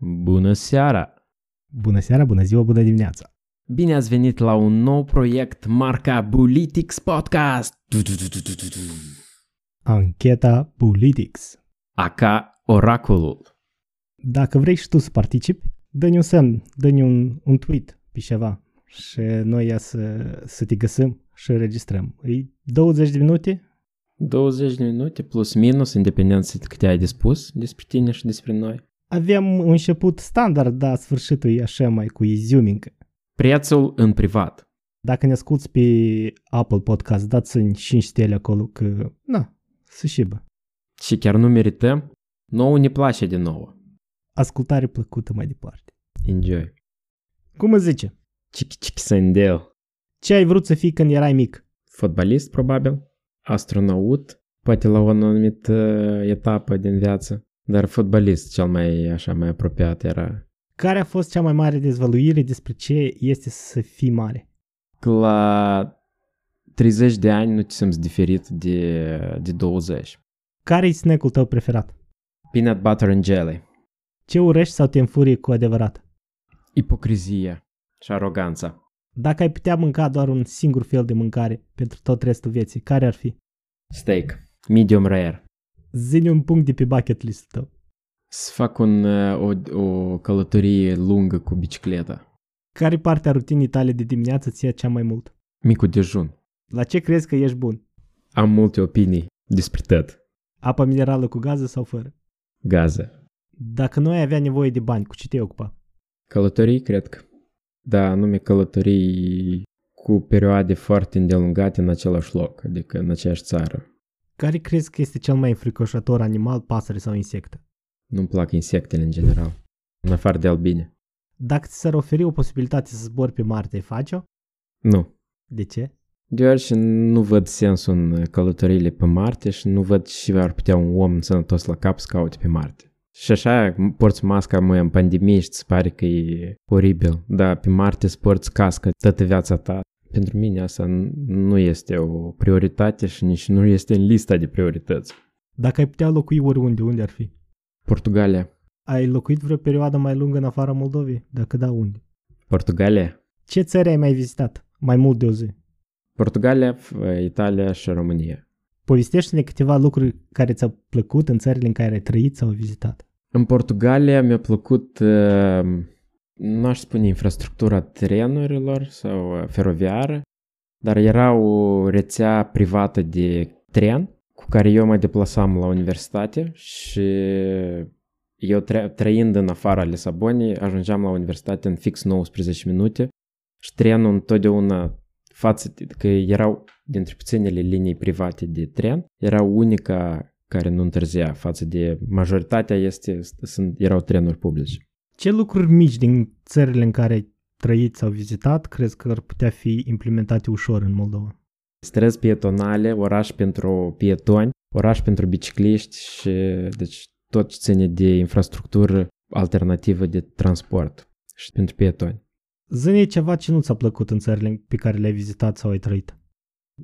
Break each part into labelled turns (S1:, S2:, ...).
S1: Bună seara!
S2: Bună seara, bună ziua, bună dimineața!
S1: Bine ați venit la un nou proiect marca Bulitics Podcast!
S2: Ancheta Politics.
S1: Aca Oracolul.
S2: Dacă vrei și tu să participi, dă-ne un semn, dă-ne un, un tweet pe ceva și noi ia să, să te găsim și înregistrăm. E 20 de minute?
S1: 20 de minute plus minus, independent de câte ai de spus despre tine și despre noi.
S2: Avem un început standard, dar sfârșitul e așa mai cu izumincă.
S1: Prețul în privat.
S2: Dacă ne asculti pe Apple Podcast, dați-mi 5 stele acolo că, na, să șibă.
S1: Și chiar nu merităm? Nouă ne place de nouă.
S2: Ascultare plăcută mai departe.
S1: Enjoy.
S2: Cum îți zice?
S1: Chichi chichi sendel.
S2: Ce ai vrut să fii când erai mic?
S1: Fotbalist, probabil. Astronaut. Poate la o anumită etapă din viață. Dar fotbalist cel mai, așa, mai apropiat era
S2: Care a fost cea mai mare dezvăluire despre ce este să fii mare?
S1: că la 30 de ani nu te simți diferit de, de 20.
S2: Care e snack-ul tău preferat?
S1: Peanut butter and jelly.
S2: Ce urăști sau te înfurie cu adevărat?
S1: Ipocrizia și aroganța.
S2: Dacă ai putea mânca doar un singur fel de mâncare pentru tot restul vieții, care ar fi?
S1: Steak. Medium rare.
S2: Zine un punct de pe bucket list tău.
S1: Să fac un, uh, o, o călătorie lungă cu bicicleta.
S2: Care parte a rutinii tale de dimineață ți ia cea mai mult?
S1: Micul dejun.
S2: La ce crezi că ești bun?
S1: Am multe opinii despre tot.
S2: Apa minerală cu gază sau fără?
S1: Gaze.
S2: Dacă nu ai avea nevoie de bani, cu ce te ocupa?
S1: Călătorii, cred că. Da, anume călătorii cu perioade foarte îndelungate în același loc, adică în aceeași țară.
S2: Care crezi că este cel mai înfricoșător animal, pasăre sau insectă?
S1: Nu-mi plac insectele în general, în afară de albine.
S2: Dacă ți s-ar oferi o posibilitate să zbori pe Marte, ai face-o?
S1: Nu.
S2: De ce?
S1: Deoarece nu văd sensul în călătoriile pe Marte și nu văd ce ar putea un om sănătos la cap să caute pe Marte. Și așa m- porți masca mă în pandemie și ți pare că e oribil, dar pe Marte îți porți cască toată viața ta. Pentru mine asta n- nu este o prioritate și nici nu este în lista de priorități.
S2: Dacă ai putea locui oriunde, unde ar fi?
S1: Portugalia.
S2: Ai locuit vreo perioadă mai lungă în afara Moldovei? Dacă da, unde?
S1: Portugalia?
S2: Ce țări ai mai vizitat? Mai mult de o zi.
S1: Portugalia, f- Italia și România.
S2: Povestește-ne câteva lucruri care ți-au plăcut în țările în care ai trăit sau vizitat.
S1: În Portugalia mi-a plăcut, uh, n-aș spune infrastructura trenurilor sau uh, feroviară, dar era o rețea privată de tren cu care eu mă deplasam la universitate și eu tra- trăind în afara Lisabonei ajungeam la universitate în fix 19 minute și trenul întotdeauna față de, că erau dintre puținele linii private de tren, era unica care nu întârzia față de majoritatea este, sunt, erau trenuri publice.
S2: Ce lucruri mici din țările în care ai trăit sau vizitat crezi că ar putea fi implementate ușor în Moldova?
S1: Străzi pietonale, oraș pentru pietoni, oraș pentru bicicliști și deci tot ce ține de infrastructură alternativă de transport și pentru pietoni.
S2: Zâne ceva ce nu ți-a plăcut în țările pe care le-ai vizitat sau ai trăit.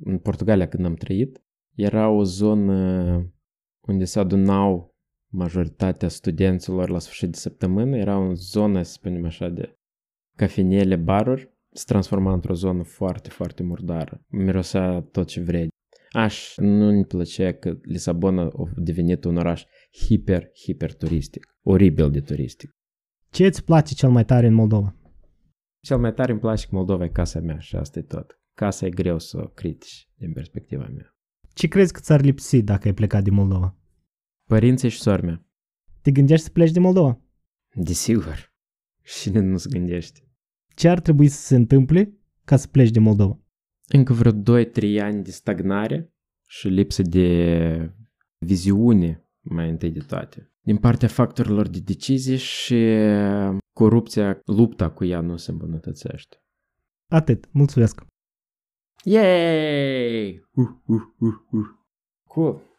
S1: în Portugalia când am trăit, era o zonă unde se adunau majoritatea studenților la sfârșit de săptămână, era o zonă, să spunem așa, de cafenele, baruri, se transforma într-o zonă foarte, foarte murdară. Mirosea tot ce vrei. Aș, nu-mi plăcea că Lisabona a devenit un oraș hiper, hiper turistic. Oribil de turistic.
S2: Ce îți place cel mai tare în Moldova?
S1: Cel mai tare îmi place că Moldova e casa mea și asta e tot. Casa e greu să o critici din perspectiva mea.
S2: Ce crezi că ți-ar lipsi dacă ai plecat din Moldova?
S1: Părinții și sora mea.
S2: Te gândești să pleci din Moldova?
S1: Desigur. Cine nu se gândește?
S2: Ce ar trebui să se întâmple ca să pleci din Moldova?
S1: Încă vreo 2-3 ani de stagnare și lipsă de viziune mai întâi de toate. Din partea factorilor de decizie și corupția, lupta cu ea nu se îmbunătățește.
S2: Atât, mulțumesc!
S1: Yay! Uh, uh, uh, uh. Cool.